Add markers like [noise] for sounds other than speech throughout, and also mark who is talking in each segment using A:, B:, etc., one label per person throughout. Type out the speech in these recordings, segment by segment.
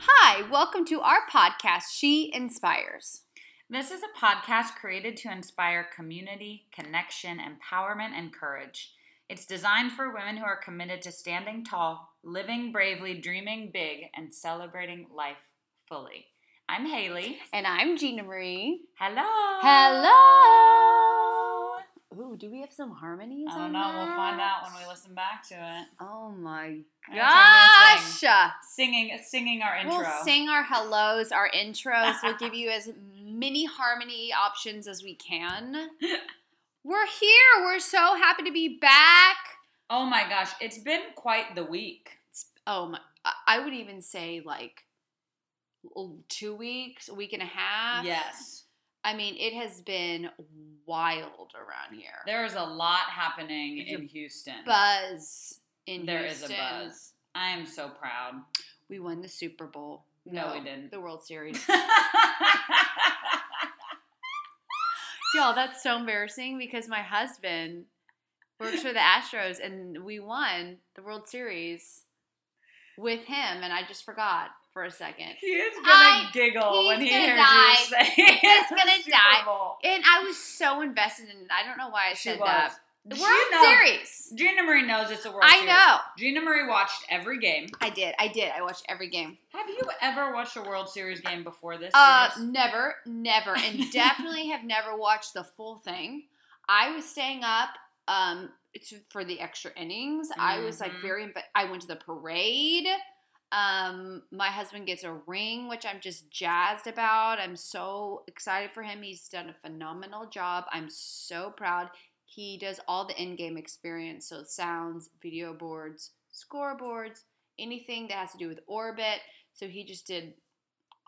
A: Hi, welcome to our podcast, She Inspires.
B: This is a podcast created to inspire community, connection, empowerment, and courage. It's designed for women who are committed to standing tall, living bravely, dreaming big, and celebrating life fully. I'm Haley.
A: And I'm Gina Marie.
B: Hello.
A: Hello. Ooh, do we have some harmonies
B: I don't
A: on
B: know.
A: that?
B: We'll find out when we listen back to it.
A: Oh my
B: Every time we
A: gosh.
B: sing. Singing, singing our intro.
A: We'll sing our hellos, our intros. We'll give you as many harmony options as we
B: [laughs]
A: can. We're here. We're so happy to be back.
B: Oh my gosh, it's been quite the week.
A: Oh my, I- I would even say like l- two weeks, a week and a half.
B: Yes,
A: I mean, it has been wild around here.
B: there is a lot happening
A: There's a
B: in Houston.
A: buzz in
B: There is
A: Houston.
B: a buzz. I am so proud.
A: We won the Super Bowl.
B: No, we didn't.
A: The World
B: [laughs]
A: Series. Y'all, that's so embarrassing because my husband works for the Astros and we won the World Series with him and I just forgot for a second.
B: he is gonna
A: I-
B: giggle when he
A: he's gonna
B: hears
A: die.
B: you say [laughs] it's
A: gonna
B: the Super
A: die.
B: Bowl.
A: And I was so invested in it. I don't know why I
B: She
A: said
B: was.
A: that. The
B: She
A: World
B: knows-
A: Series.
B: Gina Marie knows it's a World
A: I
B: Series.
A: know.
B: Gina Marie watched every game.
A: I did. I did. I watched every game.
B: Have you ever watched a World Series game before this?
A: Uh,
B: series?
A: never, never, and definitely have never watched the full thing. I was staying up um to, for the extra innings. I was like
B: Mhm.
A: very. inv- I went to the parade. Um, my husband gets a ring, which I'm just jazzed about. I'm so excited for him. He's done a phenomenal job. I'm so proud. He does all the in-game experience, so sounds, video boards, scoreboards, anything that has to do with orbit. So he just did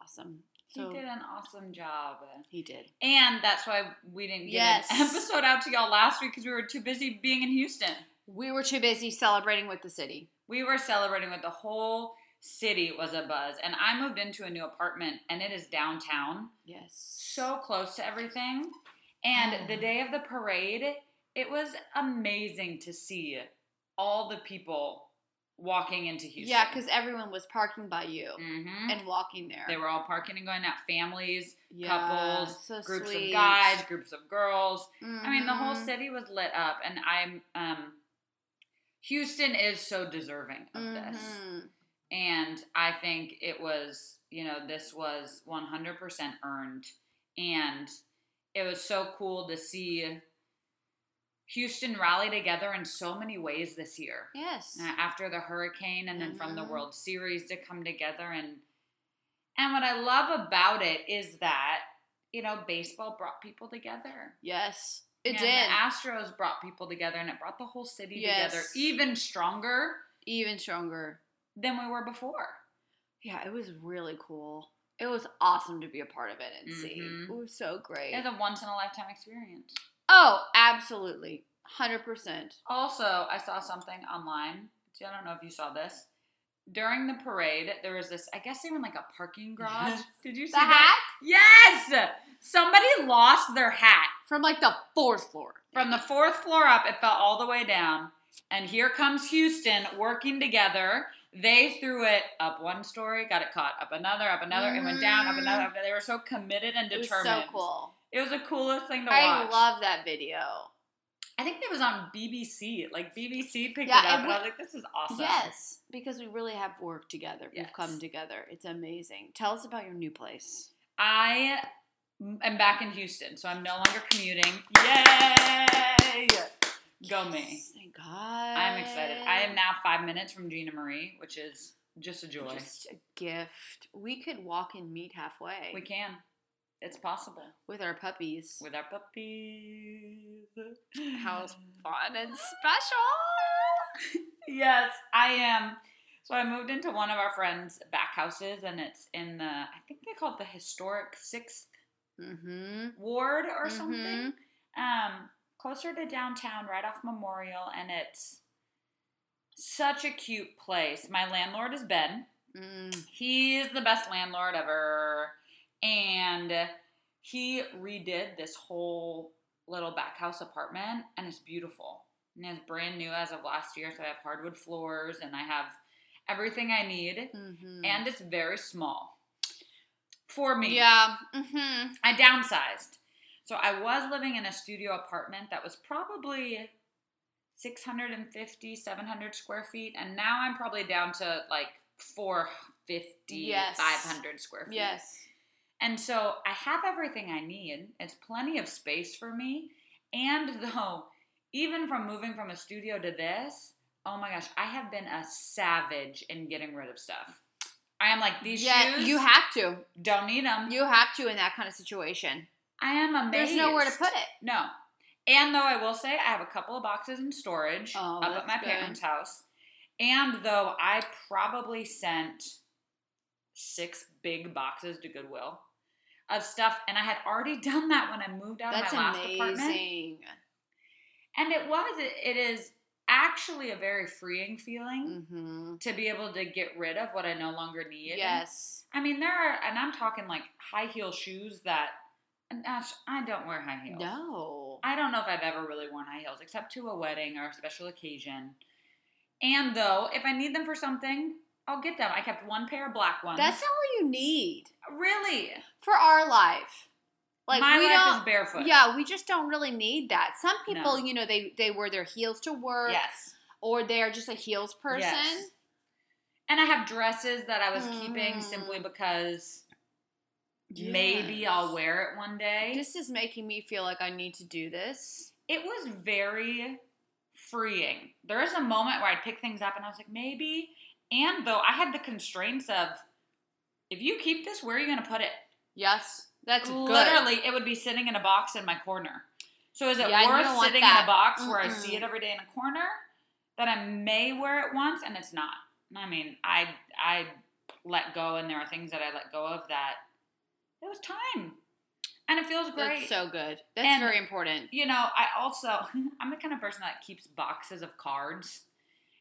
A: awesome.
B: He
A: So
B: did an awesome job.
A: he did.
B: And that's why we didn't get an
A: Yes.
B: [laughs] episode out to y'all last week because we were too busy being in Houston.
A: We were too busy celebrating with the city.
B: We were celebrating with the whole city was a buzz. And I moved into a new apartment and it is downtown,
A: Yes.
B: so close to everything. And the
A: Mm.
B: day of the parade, it was amazing to see all the people walking into Houston.
A: yeah, because everyone was parking by you
B: Mhm.
A: and walking there.
B: they were all parking and going out, families,
A: Yeah,
B: couples,
A: so
B: groups
A: sweet.
B: of guys, groups of girls. I mean, the whole
A: Mhm.
B: city was lit up, and I'm um, Houston is so deserving of this,
A: Mhm.
B: and I think it was, you know, this was 100% earned, and it was so cool to see Houston rally together in so many ways this year.
A: Yes.
B: Uh, after the hurricane and then from the
A: Mhm.
B: World Series to come together and and what I love about it is that you know baseball brought people together.
A: Yes. It
B: And
A: did.
B: The Astros brought people together and it brought the whole city together
A: Yes.
B: even stronger
A: Even stronger.
B: than we were before.
A: Yeah, it was really cool. It was awesome to be a part of it and see.
B: Mhm.
A: It was so great.
B: It's a once in a lifetime experience.
A: oh, absolutely. 100%.
B: Also, I saw something online. See, I don't know if you saw this. During the parade, there was this, I guess they were in like a parking garage.
A: Yes.
B: Did you see
A: The hat
B: that? Yes! Somebody lost their hat.
A: from like the fourth floor.
B: From the fourth floor up, it fell all the way down. And here comes Houston working together. They threw it up one story, got it caught, up another, up another, it went down, up another, up another. They were Mm-hmm. so committed and
A: It was
B: determined.
A: so cool.
B: It was the coolest thing to
A: I
B: watch.
A: love that video.
B: I think it was on BBC. Like BBC picked
A: Yeah,
B: it up,
A: it
B: and I
A: wa-
B: was like, "This is awesome."
A: Yes, because we really have worked together. We've come
B: Yes.
A: together. It's amazing. Tell us about your new place.
B: I am back in Houston, so I'm no longer commuting. Yay! Go me.
A: Yes, Thank God.
B: I'm excited. I am now five minutes from Gina Marie, which is just a joy.
A: Just a gift. We could walk and meet halfway
B: We can. It's possible.
A: with our puppies.
B: With our puppies.
A: How fun and special.
B: [sighs] Yes, I am. So I moved into one of our friends' back houses, and it's in the, I think they call it the historic 6th
A: Mm-hmm.
B: Ward or something. Um, closer to downtown, right off Memorial, and it's such a cute place. My landlord is Ben.
A: Mm.
B: He's the best landlord ever. And he redid this whole little back house apartment and it's beautiful. And it's brand new as of last year. So I have hardwood floors and I have everything I need.
A: Mm-hmm.
B: And it's very small. for me.
A: Yeah. Mm-hmm.
B: I downsized. So I was living in a studio apartment that was probably 650, 700 square feet. And now I'm probably down to like 450,
A: Yes.
B: 500 square feet.
A: Yes.
B: And so I have everything I need. It's plenty of space for me. And [laughs] though, even from moving from a studio to this, oh my gosh, I have been a savage in getting rid of stuff. I am like, these
A: yeah,
B: shoes,
A: you have to.
B: don't need them.
A: You have to in that kind of situation.
B: I am amazed.
A: There's nowhere to put it.
B: No. And though I will say, I have a couple of boxes in storage
A: Oh,
B: up
A: that's
B: at my
A: good.
B: parents' house. And though I probably sent six big boxes to Goodwill of stuff, and I had already [laughs] done that when I moved out
A: That's
B: of my last apartment.
A: amazing.
B: And it was, it, it is actually a very freeing feeling
A: Mm-hmm.
B: to be able to get rid of what I no longer need.
A: Yes.
B: I mean, there are, and I'm talking like high heel shoes that, and gosh, I don't wear high heels.
A: No.
B: I don't know if I've ever really worn high heels except to a wedding or a special occasion. And though, if I need them for something, I'll get them. I kept one pair of black ones.
A: That's all you need
B: really
A: for our life. Like
B: my
A: we
B: life
A: don't.
B: is barefoot.
A: yeah, we just don't really need that. Some
B: No.
A: people, you know, they they wear their heels to work,
B: Yes.
A: or they are just a heels person.
B: Yes. And I have dresses that I was keeping
A: Mm.
B: simply because maybe I'll wear it one day.
A: This is making me feel like I need to do this.
B: it was very freeing. There is a moment where I'd pick things up and I was like, maybe. And though I had the constraints of, if you keep this, where are you going to put it?
A: Yes, that's
B: literally it would be sitting in a box in my corner. So is it
A: Yeah, I don't
B: worth
A: want
B: sitting in
A: that.
B: a box where I
A: Mm-mm.
B: see it every day in a corner that I may wear it once and it's not? I mean, I I let go and there are things that I let go of that it was time. And it feels
A: good.
B: great.
A: That's so good. That's
B: And-
A: very important.
B: you know, I also [laughs] I'm the kind of person that keeps boxes of cards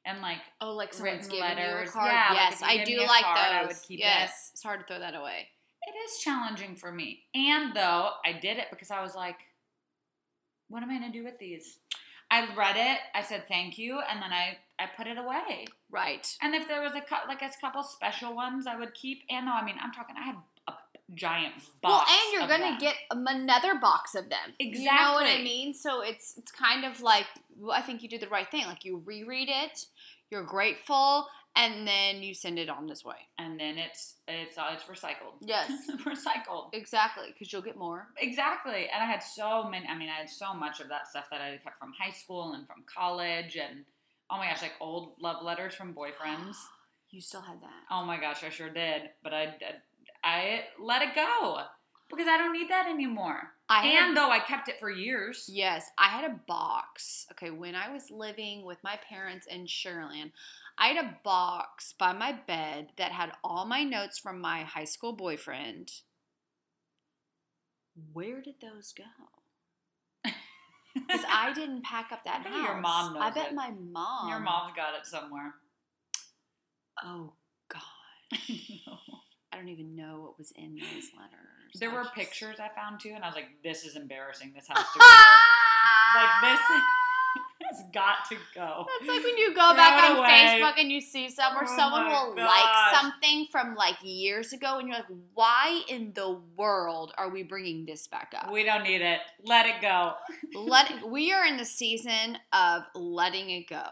B: and like
A: Oh, like
B: Written
A: someone's giving you
B: letters.
A: a card.
B: Yeah, like
A: yes,
B: if you
A: I
B: give
A: do
B: me a
A: like
B: card, I
A: those.
B: would keep it.
A: yes, it's hard to throw that away.
B: it is challenging for me. And though I did it because I was like, what am I going to do with these? I read it, I said thank you, and then I, I put it away.
A: Right.
B: And if there was a cou- like a couple special ones I would keep, and though I mean I'm talking I had a giant
A: well,
B: box.
A: and you're
B: of
A: gonna
B: them.
A: get um, another box of them. You know what I
B: Exactly.
A: mean? So it's it's kind of like well, I think you did the right thing. Like you reread it, you're grateful, and then you send it on this way.
B: and then it's it's uh, it's recycled.
A: Yes.
B: [laughs] recycled.
A: Exactly, because you'll get more.
B: Exactly. And I had so many, I mean, I had so much of that stuff that I kept from high school and from college and oh my gosh, like old love letters from boyfriends.
A: You still had that.
B: Oh my gosh, I sure did. But I, I, I let it go because I don't need that anymore.
A: I had a-
B: And though I kept it for years,
A: Yes, I had a box. Okay, when I was living with my parents in Sugarland, I had a box by my bed that had all my notes from my high school boyfriend. Where did those go? Because I didn't pack up that
B: bet
A: house.
B: your mom
A: I
B: knows
A: bet
B: it.
A: my mom.
B: your mom's got
A: [laughs]
B: it somewhere.
A: Oh God, I don't even know what was in those letters.
B: there
A: I
B: were
A: just- [laughs]
B: pictures I found too, and I was like, this is embarrassing. This has to go. like, this has got to go.
A: That's like when you
B: Throw
A: go back
B: it
A: on
B: away.
A: Facebook and you see some where
B: Oh
A: someone
B: my
A: will
B: gosh.
A: like something from like years ago and you're like, why in the world are we bringing this back up?
B: We [laughs] don't need it. Let it go.
A: Let we are in the season of letting it go.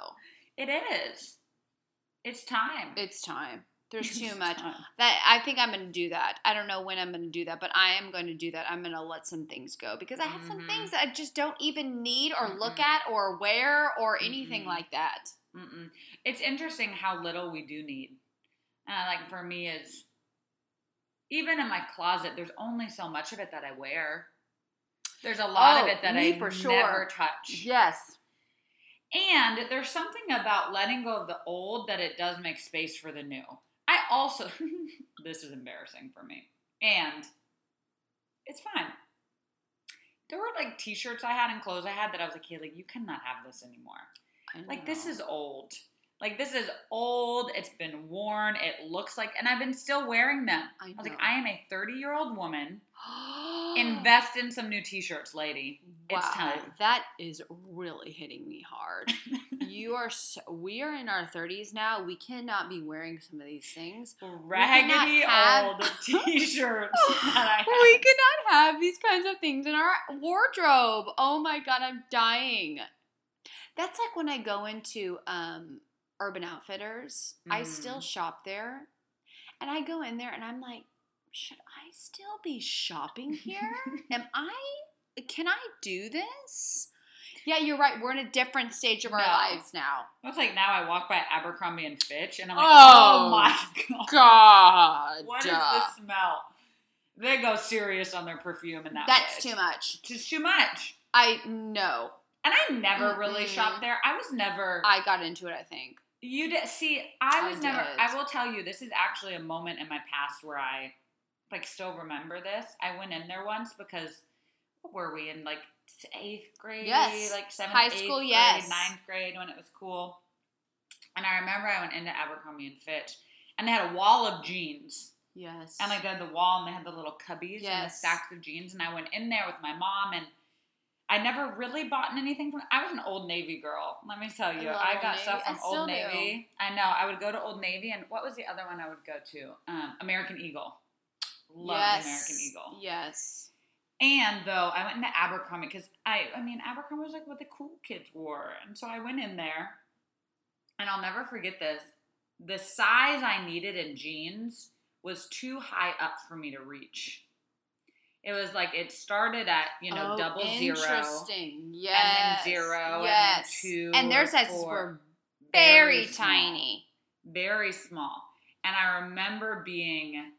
B: It is. It's time.
A: It's time. There's
B: [laughs] It's
A: too much.
B: time.
A: That I think I'm gonna do that. I don't know when I'm gonna do that, but I am gonna do that. I'm gonna let some things go because I have
B: Mhm.
A: some things that I just don't even need or look
B: Mm-mm.
A: at or wear or anything
B: Mm-mm.
A: like that.
B: Mm-mm. It's interesting how little we do need. Uh, like for me, is even in my closet, there's only so much of it that I wear. There's a lot of
A: Oh,
B: it that
A: me
B: I
A: for sure.
B: never touch.
A: Yes.
B: And there's something about letting go of the old that it does make space for the new. I also, [laughs] this is embarrassing for me. And it's fine. There were like t shirts I had and clothes I had that I was like, Kaylee, you cannot have this anymore. Like, this is old. Like, this is old. It's been worn. It looks like, and I've been still wearing them. I
A: I
B: was like,
A: know. [gasps]
B: I am a 30 year old woman Invest in some new t-shirts, lady.
A: Wow,
B: It's time.
A: that is really hitting me
B: [laughs]
A: hard. you are so, we are in our 30s now. We cannot be wearing some of these things.
B: Raggedy
A: have- [laughs]
B: old [laughs] t-shirts that I
A: we cannot have these kinds of things in our wardrobe. Oh my god, I'm dying. That's like when I go into um, Urban Outfitters. I still
B: Mm.
A: shop there, and I go in there and I'm like, should I still be shopping here? Am I? Can I do this? Yeah, you're right. We're in a different stage of our
B: No.
A: lives now.
B: It's like now I walk by Abercrombie and Fitch and I'm like,
A: Oh.
B: oh, my god,
A: God,
B: what is the smell? They go serious on their perfume and that.
A: that's
B: place.
A: too much.
B: It's just too much.
A: I no.
B: And I never really
A: Mm-mm.
B: shopped there. I was never.
A: I got into it. I think.
B: you did see. I
A: I
B: was never.
A: did.
B: I will tell you, this is actually a moment in my past where I, like, still remember this. I went in there once because, what were we in like eighth grade?
A: Yes.
B: like seventh,
A: High
B: eighth
A: school,
B: grade,
A: yes.
B: ninth grade when it was cool. And I remember I went into Abercrombie and Fitch, and they had a wall of jeans.
A: Yes.
B: And like they had the wall and they had the little cubbies and the
A: Yes.
B: stacks of jeans. And I went in there with my mom and I never really bought anything from I was an old Navy girl, let me tell you.
A: love
B: I,
A: Old
B: got
A: Navy.
B: stuff
A: I
B: from
A: still
B: Old
A: do.
B: Navy. I know. I would go to Old Navy and what was the other one I would go to? Um, American Eagle. Loved American Eagle.
A: Yes.
B: And though I went into Abercrombie because I, I mean, Abercrombie was like what the cool kids wore, and so I went in there, and I'll never forget this. The size I needed in jeans was too high up for me to reach. It was like it started at you know
A: Oh,
B: double zero,
A: Interesting.
B: then
A: Yes.
B: zero, and then
A: Yes.
B: two
A: And
B: or
A: their sizes
B: four.
A: were very,
B: small
A: tiny.
B: very small. And I remember being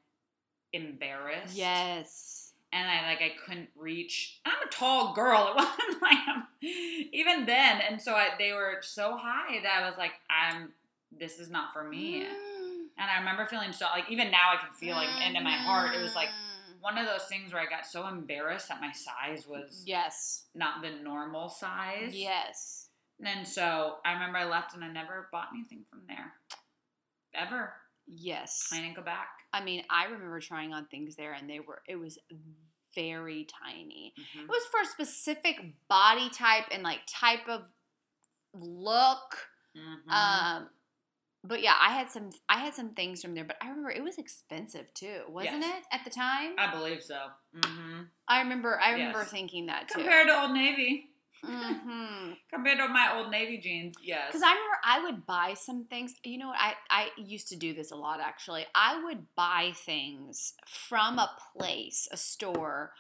B: embarrassed.
A: Yes.
B: And I like I couldn't reach. I'm a tall girl. [laughs] It wasn't like I'm, even then. And so I, they were so high that I was like, I'm. This is not for me.
A: Mm.
B: And I remember feeling so like even now I can feel like into my heart it was like
A: Mm.
B: one of those things where I got so embarrassed that my size was
A: Yes.
B: not the normal size.
A: Yes.
B: And so I remember I left and I never bought anything from there. Ever.
A: Yes.
B: I didn't go back.
A: I mean, I remember trying on things there and they were it was very tiny. It was for a specific body type and like type of look.
B: Mhm.
A: Um, but yeah, I had some I had some things from there, but I remember it was expensive too, wasn't
B: Yes.
A: it at the time?
B: I believe so. hmm
A: I remember I remember
B: Yes.
A: thinking that too.
B: Compared [laughs] to Old Navy,
A: mm-hmm.
B: compared to my Old Navy jeans, yes.
A: Because I remember I would buy some things. You know what? I, I used to do this a lot actually. I would buy things from a place, a store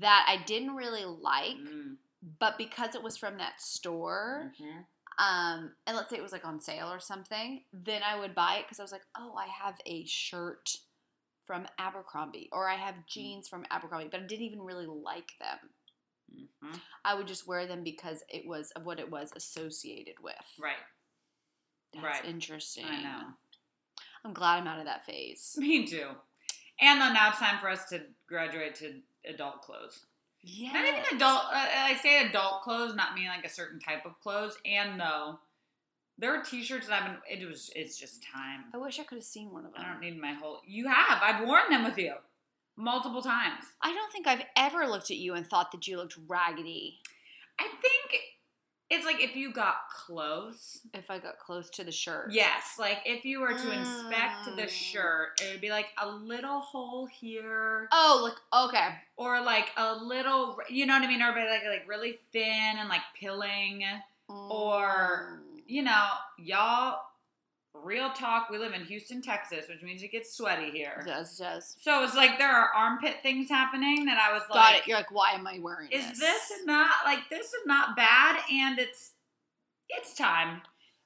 A: that I didn't really like,
B: Mm-hmm.
A: but because it was from that store,
B: Mhm.
A: um, and let's say it was like on sale or something, then I would buy it because I was like, oh, I have a shirt from Abercrombie or I have
B: Mm.
A: jeans from Abercrombie, but I didn't even really like them.
B: Mhm.
A: I would just wear them because it was of what it was associated with.
B: Right.
A: That's
B: right.
A: interesting.
B: I know. [laughs]
A: I'm glad I'm out of that phase.
B: Me too. And then now it's time for us to graduate to adult clothes.
A: Yeah.
B: Not even adult. Uh, I say adult clothes, not meaning like a certain type of clothes. And though there were T-shirts that I've been. It was. It's just time.
A: I wish I could have seen one of them.
B: I don't need my whole. You have. I've worn them with you multiple times.
A: I don't think I've ever looked at you and thought that you looked raggedy.
B: I think it's like if you got close.
A: If I got close to the shirt.
B: Yes, like if you were to inspect the
A: Mm.
B: shirt, it would be like a little hole here,
A: Oh, look. Okay.
B: or like a little, you know what I mean? Or like like really thin and like pilling. Or-
A: Mm.
B: You know, y'all. Real talk. We live in Houston, Texas, which means it gets sweaty here.
A: Yes, yes.
B: So it's like there are armpit things happening that I was
A: Got
B: like,
A: it. You're like, why am I wearing
B: "Is
A: this?
B: this not like this is not bad?" And it's it's time.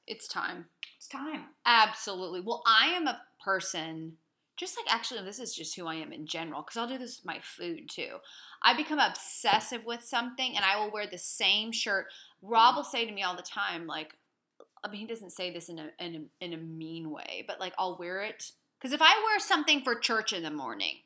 A: It's time.
B: It's time.
A: Absolutely. Well, I am a person, just like actually, this is just who I am in general, because I'll do this with my food too. I become obsessive with something and I will wear the same shirt. Rob will say to me all the time, like, I mean, he doesn't say this in a, in a, in a mean way, but like, I'll wear it. Because if I wear something for church in the morning,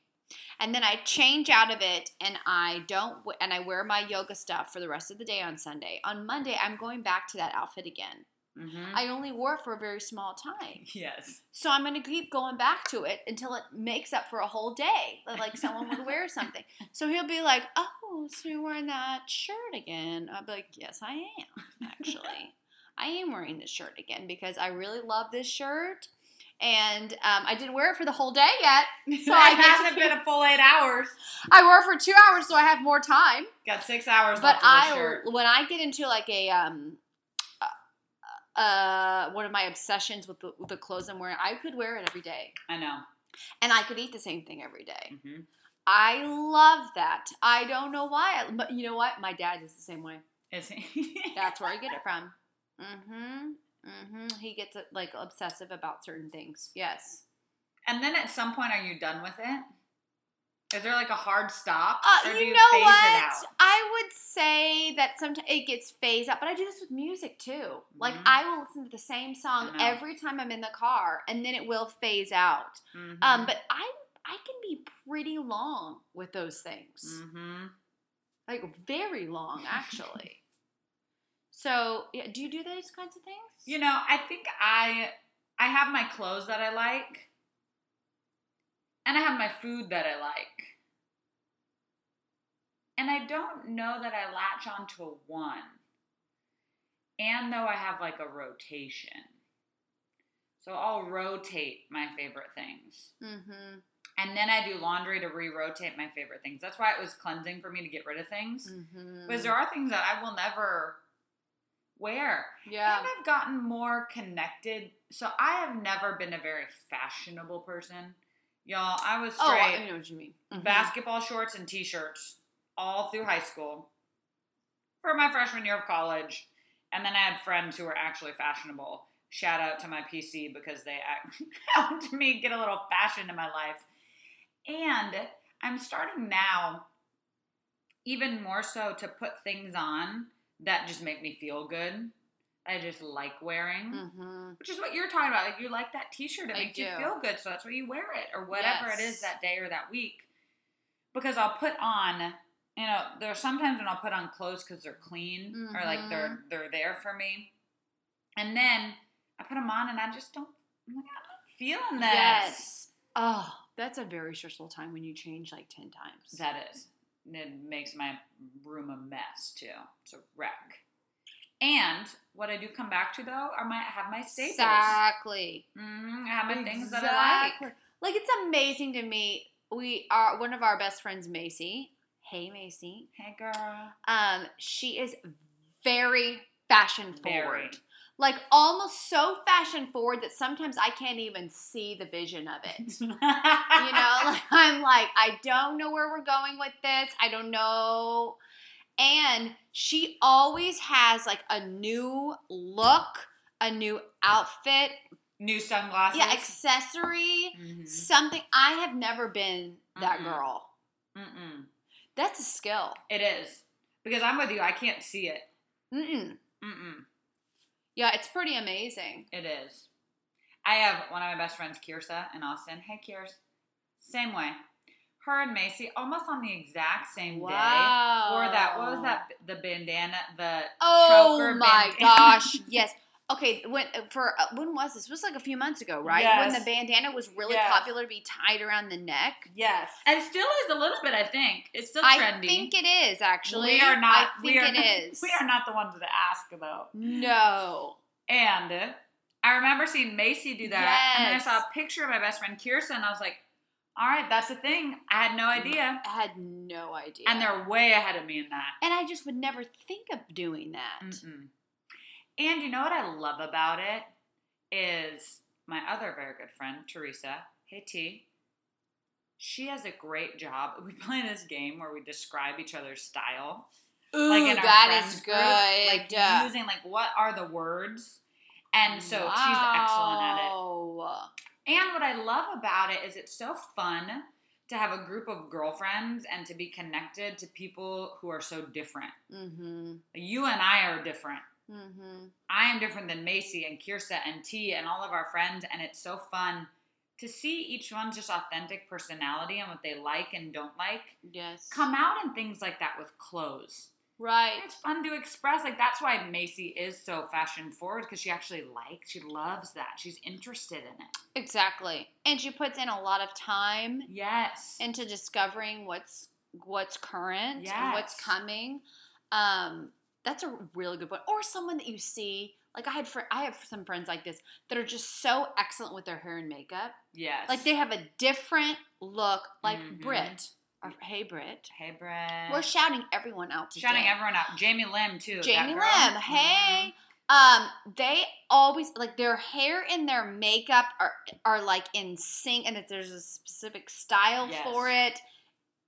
A: and then I change out of it and I don't w- and I wear my yoga stuff for the rest of the day on Sunday. On Monday, I'm going back to that outfit again.
B: Mm-hmm.
A: I only wore for a very small time.
B: [laughs] yes.
A: So I'm going to keep going back to it until it makes up for a whole day. that, Like someone would
B: [laughs]
A: wear something. So he'll be like, "Oh, so you're wearing that shirt again?" I'll be like, "Yes, I am. Actually, I am wearing this shirt again because I really love this shirt, and um, I didn't wear it for the whole day yet. So I
B: [laughs] it
A: get
B: hasn't been a full eight hours.
A: I wore it for two hours, so I have more time.
B: Got six hours
A: But
B: left of the
A: I,
B: shirt.
A: when I get into like a um, uh, uh, one of my obsessions with the, with the clothes I'm wearing, I could wear it every day,
B: I know.
A: and I could eat the same thing every day.
B: Mm-hmm.
A: I love that. I don't know why, but you know what? My dad is the same way.
B: Is
A: That's where I get it from. Mm-hmm. Mm-hmm. He gets like obsessive about certain things. Yes.
B: [laughs] and then at some point, are you done with it? Is there like a hard stop?
A: Uh,
B: Or do
A: you
B: phase
A: know
B: it
A: what?
B: out?
A: I would say that sometimes it gets phased out, but I do this with music too. Like
B: Mhm.
A: I will listen to the same song
B: I know.
A: every time I'm in the car, and then it will phase out.
B: Mhm.
A: Um, but I I can be pretty long with those things,
B: Mhm.
A: like very
B: [laughs]
A: long actually. so yeah, do you do those kinds of things?
B: You know, I think I I have my clothes that I like, and I have my food that I like, and I don't know that I latch onto a one. And though I have like a rotation, so I'll rotate my favorite things.
A: Mm-hmm.
B: And then I do laundry to re-rotate my favorite things. That's why it was cleansing for me to get rid of things.
A: Mm-hmm.
B: Because there are things that I will never wear.
A: yeah.
B: And I've gotten more connected. So I have never been a very fashionable person. Y'all, I was
A: Oh,
B: straight
A: I know what you mean. Mhm.
B: basketball shorts and t-shirts all through high school for my freshman year of college and then i had friends who were actually fashionable shout out to my pc because they act- [laughs] helped me get a little fashion in my life and i'm starting now even more so to put things on that just make me feel good i just like wearing
A: Mhm.
B: which is what you're talking about. Like you like that T-shirt, it
A: I
B: makes you
A: do.
B: feel good, so that's why you wear it, or whatever it
A: Yes.
B: is that day or that week. Because I'll put on, you know, there's sometimes when I'll put on clothes because they're clean or like they're
A: Mm-hmm.
B: they're there for me, and then I put them on and I just don't, I'm like, I'm not feeling this.
A: Yes. Oh, that's a very stressful time when you change like ten times.
B: That is. And It makes my room a mess too. It's a wreck. And what I do come back to though are my I have my staples.
A: Exactly.
B: Mhm, I have my things that I like.
A: Exactly. Like it's amazing to me. We are one of our best friends, Macy. Hey, Macy.
B: Hey girl.
A: Um, she is very fashion forward.
B: Very.
A: Like almost so fashion forward that sometimes I can't even see the vision of it.
B: [laughs] you
A: you know, [laughs] like, I'm like, I don't know where we're going with this. I don't know. And she always has like a new look, a new outfit,
B: new sunglasses.
A: yeah, accessory.
B: Mhm.
A: something I have never been that
B: Mm-mm.
A: girl.
B: Mm-mm.
A: That's a skill.
B: It is because I'm with you. I can't see it.
A: Mm-mm.
B: Mm-mm.
A: Yeah, it's pretty amazing.
B: It is. I have one of my best friends, Kirsa, in Austin. Hey, Kirs. Same way. Her and Macy almost on the exact same day.
A: Wow.
B: Or that what was that? The bandana. The
A: Oh
B: choker
A: my
B: bandana. [laughs]
A: gosh! Yes. Okay, when for uh, when was this? It was like a few months ago, right? When the
B: Yes.
A: bandana was really
B: Yes.
A: popular to be tied around the neck.
B: Yes. And still is a little bit. I think it's still
A: I
B: trendy.
A: think it is actually.
B: we are
A: I
B: not. we
A: think
B: are,
A: it is.
B: [laughs] We are not the ones to ask though.
A: No.
B: And I remember seeing Macy do that. And then I
A: Yes.
B: saw a picture of my best friend Kirsten. And I was like, all right, that's a thing. I had no idea.
A: I had no idea.
B: And they're way ahead of me in that.
A: and I just would never think of doing that.
B: Mm-mm. And you know what I love about it is my other very good friend, Teresa. Hey, T. She has a great job. [laughs] We play this game where we describe each other's style.
A: Ooh,
B: like in our
A: that
B: friends
A: is
B: group,
A: good.
B: like
A: Uh,
B: using like what are the words, and so she's excellent at it.
A: Wow.
B: And what I love about it is it's so fun to have a group of girlfriends and to be connected to people who are so different.
A: Mhm.
B: You and I are different.
A: Mhm.
B: I am different than Macy and Kirsa and T and all of our friends, and it's so fun to see each one's just authentic personality and what they like and don't like
A: Yes.
B: come out in things like that with clothes.
A: Right.
B: It's fun to express. Like that's why Macy is so fashion forward because she actually likes, she loves that. She's interested in it.
A: Exactly. And she puts in a lot of time
B: Yes.
A: into discovering what's what's current and what's
B: Yes.
A: coming. Um, that's a really good point. Or someone that you see, like I had, fr- I have some friends like this that are just so excellent with their hair and makeup.
B: yes.
A: Like they have a different look, like
B: Mhm.
A: Brit. Or, hey, Brit.
B: Hey, Brett.
A: We're shouting everyone out today.
B: shouting everyone out. Jamie Lim too. that
A: Jamie
B: girl. Mm-hmm.
A: Lim, hey. Um, they always like their hair and their makeup are are like in sync, and that there's a specific style
B: Yes.
A: for it.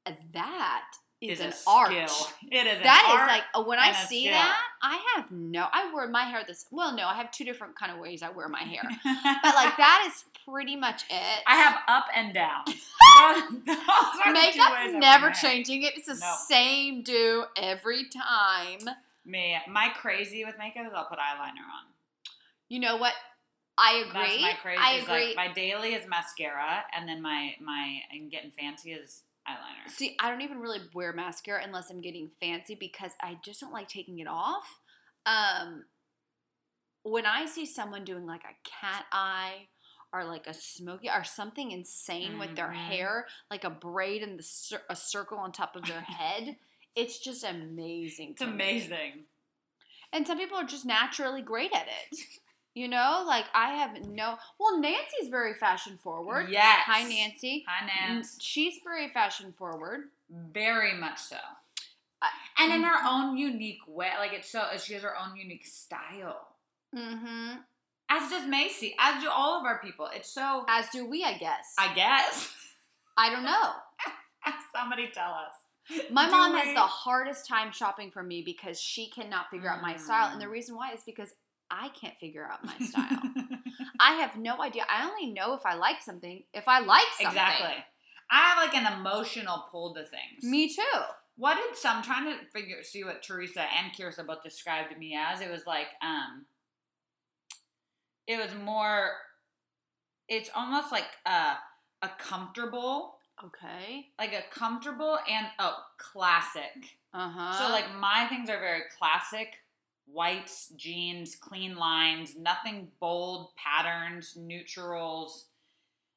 A: Uh, That is,
B: Is
A: an
B: a
A: art.
B: skill. It is.
A: That
B: an
A: is
B: art.
A: like uh, when I
B: and a
A: see
B: skill.
A: that, I have no. I wear my hair this. Well, no, I have two different kind of ways I wear my hair,
B: [laughs]
A: but like that is pretty much it.
B: I have up and
A: [laughs]
B: down. Those- those are the two ways I
A: makeup
B: wear
A: never
B: my hair.
A: changing it. It's the
B: No.
A: same do every time.
B: Me, my crazy with makeup is I'll put eyeliner on.
A: You know what? I agree.
B: That's my crazy.
A: I
B: is,
A: agree.
B: Like, my daily is mascara, and then my my and getting fancy is eyeliner.
A: See, I don't even really wear mascara unless I'm getting fancy because I just don't like taking it off. Um, when I see someone doing like a cat eye or like a smoky or something insane with their
B: Mhm.
A: hair, like a braid and the cir- a circle on top of
B: [laughs]
A: their head, it's just amazing.
B: It's
A: to me.
B: amazing.
A: And some people are just naturally great at
B: [laughs]
A: it. You know, like I have no. Well, Nancy's very fashion forward.
B: Yes.
A: Hi, Nancy.
B: Hi, Nance.
A: She's very fashion forward.
B: Very much so.
A: I-
B: And in her own unique way, like it's so she has her own unique style.
A: Mm-hmm.
B: As does Macy, as do all of our people. It's so
A: As do we, I guess. I,
B: I guess. [laughs]
A: don't know.
B: Somebody tell us.
A: My
B: Do
A: mom
B: we?
A: has the hardest time shopping for me because she cannot figure out my style. And the
B: Mm.
A: reason why is because I can't figure out my
B: [laughs]
A: style. I have no idea. I only know if I like something, if I like something.
B: exactly. I have like an emotional pull to things.
A: Me too.
B: What did some trying to figure see what Teresa and Kirsa both described me as? It was like um it was more it's almost like a a comfortable
A: Okay.
B: like a comfortable and a classic.
A: Uh huh.
B: so like my things are very classic whites, jeans, clean lines, nothing bold, patterns, neutrals.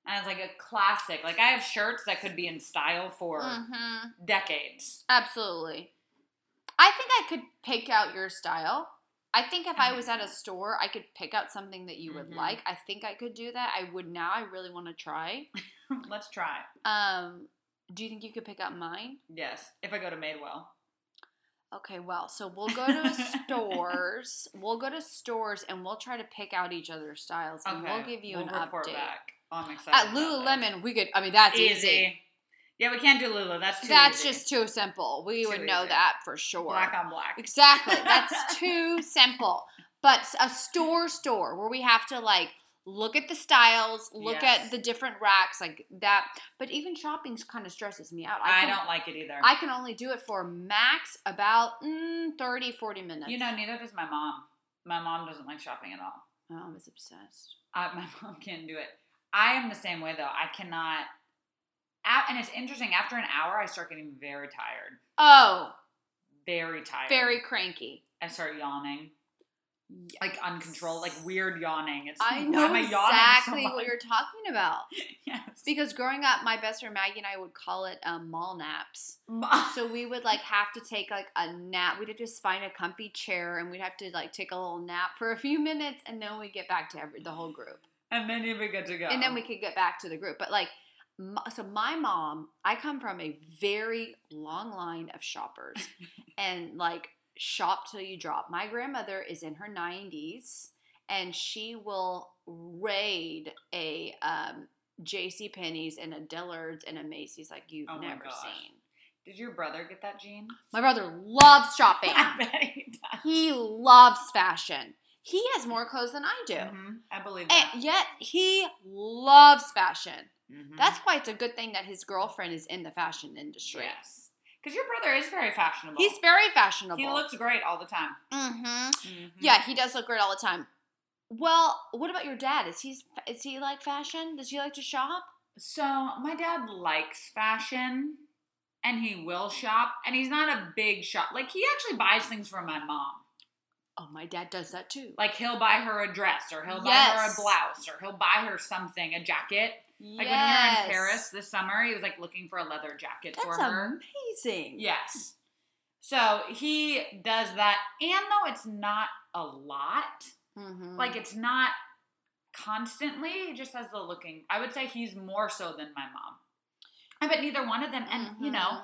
B: And it's like a classic. Like I have shirts that could be in style for
A: hmm
B: decades. [laughs]
A: Absolutely. I think I could pick out your style. I think if
B: Mm-hmm.
A: I was at a store, I could pick out something that you would
B: Mhm.
A: like. I think I could do that. I would now. I really want to try.
B: Let's try.
A: Um, do you think you could pick up mine?
B: Yes, if I go to Madewell.
A: Okay, well, so we'll go
B: [laughs]
A: to stores. We'll go to stores and we'll try to pick out each other's styles and we'll give you an update.
B: back. Oh, I'm excited.
A: At
B: about this.
A: Lululemon, we could. I mean, that's easy.
B: easy. Yeah, we can't do Lulu. That's too
A: That's
B: easy.
A: just too simple. We
B: Too
A: would know
B: easy.
A: that for sure.
B: black on black.
A: Exactly.
B: [laughs]
A: That's too simple. But a store store where we have to like look at the styles, look
B: Yes.
A: at the different racks, like that. But even shopping kind of stresses me out.
B: I
A: can-
B: don't like it either.
A: I can only do it for max about mm, 30, 40 minutes.
B: you know, neither does my mom. My mom doesn't like shopping at all.
A: oh, I was obsessed.
B: I, my [laughs] mom can't do it. I am the same way though. I cannot. a- And it's interesting. After an hour, I start getting very tired.
A: Oh,
B: Very tired.
A: very
B: [laughs]
A: cranky.
B: I start yawning, like uncontrolled, like weird yawning. It's
A: I
B: like,
A: know
B: why am I yawning so
A: exactly what
B: much? [laughs]
A: you're talking about.
B: yes.
A: Because growing up, my best friend Maggie and I would call it um, mall naps.
B: Ma-
A: So we would like have to take like a nap. We'd have to just find a comfy chair and we'd have to like take a little nap for a few minutes and then we get back to every, the whole group.
B: [laughs] and then you'd be good to go.
A: And then we could get back to the group. But like, m- so my mom, I come from a very long line of shoppers
B: [laughs]
A: and like shop till you drop. My grandmother is in her 90s and she will raid a um, JC Penney's and a Dillard's and a Macy's like you've
B: Oh my
A: never
B: gosh.
A: seen.
B: Did your brother get that
A: [laughs]
B: gene? [laughs]
A: My brother loves shopping.
B: I bet he does.
A: He loves fashion. He has more clothes than I do.
B: Mhm. I believe that.
A: And yet he loves fashion.
B: Mhm.
A: That's why it's a good thing that his girlfriend is in the fashion industry.
B: yes. Because your brother is very fashionable.
A: He's very fashionable.
B: he looks great all the time.
A: hmm
B: Mhm.
A: Yeah, he does look great all the time. Well, what about your dad? Is he is he like fashion? Does he like to shop?
B: So my dad likes fashion. and he will shop and he's not a big shop. Like he actually buys things for my mom.
A: Oh, my dad does that too.
B: Like he'll buy her a dress or he'll buy her a
A: Yes.
B: blouse or he'll buy her something, a jacket. Like when we were in Paris this summer, he was like looking for a leather jacket
A: That's
B: for her.
A: amazing.
B: Yes. So he does that. And though it's not a lot,
A: Mhm.
B: like it's not constantly, he just has the looking. I would say he's more so than my mom. I bet neither one of them, and
A: Mm-hmm.
B: you know,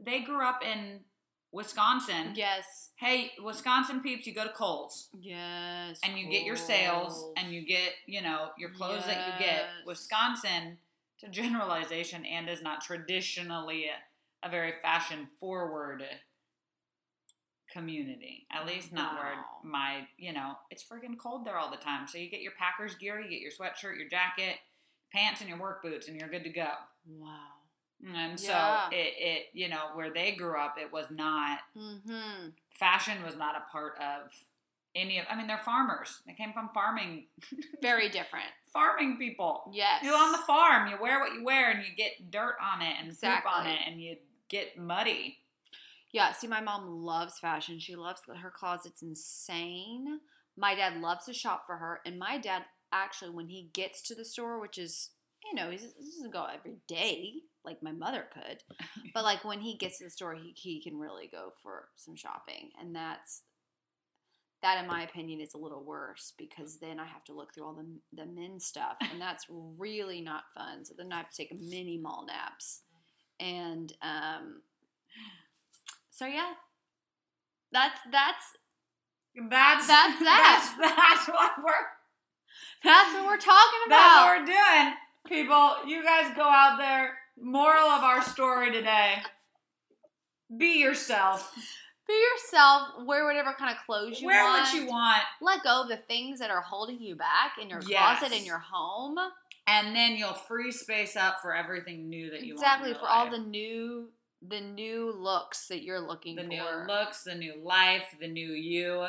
B: they grew up in Wisconsin.
A: Mhm. yes,
B: Hey, Wisconsin peeps, you go to Kohl's
A: yes,
B: and you get your sales
A: Kohl's.
B: and you get, you know, your clothes that you get.
A: Oh. Yes.
B: Wisconsin, to generalization, and is not traditionally a, a very fashion forward community. At least not where
A: No.
B: my, you know, it's freaking cold there all the time. So you get your Packers gear, you get your sweatshirt, your jacket, pants, and your work boots, and you're good to go.
A: wow.
B: And
A: Yeah.
B: so it, it, you know, where they grew up, it was not
A: Mm-hmm.
B: fashion was not a part of any of I mean they're farmers. They came from farming
A: Very different.
B: farming people.
A: Yes.
B: You're on the farm, you wear what you wear and you get dirt on it and poop on
A: Exactly.
B: it and you get muddy.
A: Yeah, see, my mom loves fashion. She loves her closet's insane. My dad loves to shop for her, and my dad actually, when he gets to the store, which is you know, he's, he doesn't go every day like my mother could, but like when he gets to the store, he he can really go for some shopping, and that's that, in my opinion, is a little worse because then I have to look through all the the men's stuff, and that's really not fun. So then I have to take mini mall naps, and um, so yeah, that's that's
B: [laughs] That's
A: That's [laughs] that.
B: That's, that's what we're
A: that's what we're talking
B: that's
A: about.
B: what we're doing. People, you guys go out there. Moral of our story today. Be yourself.
A: Be yourself. Wear whatever kind of clothes you
B: wear
A: want.
B: what you want.
A: Let go of the things that are holding you back in your
B: Yes.
A: closet, in your home.
B: And then you'll free space up for everything new that you want. in
A: exactly
B: your
A: for all
B: life.
A: the new the new looks that you're looking
B: the
A: for.
B: new looks, the new life, the new you.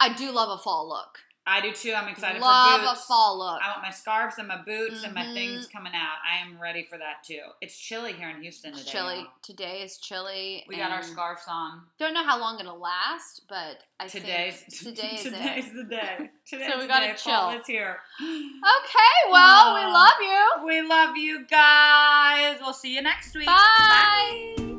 A: I do love a fall look.
B: I do too. I'm excited
A: love
B: for
A: a
B: boots.
A: fall look.
B: I want my scarves and my boots and my
A: Mhm.
B: things coming out. I am ready for that too. It's chilly here in Houston today.
A: it's chilly
B: y'all.
A: today is chilly.
B: We got our
A: and
B: scarves on.
A: Don't know how long it'll last, but I think
B: Today's [laughs]
A: today is
B: today's
A: it. [laughs]
B: the day. Today's
A: we
B: the
A: gotta
B: day. Fall
A: chill.
B: is here. [gasps]
A: Okay, well we
B: Aw.
A: love you.
B: We love you guys. We'll see you next week.
A: Bye.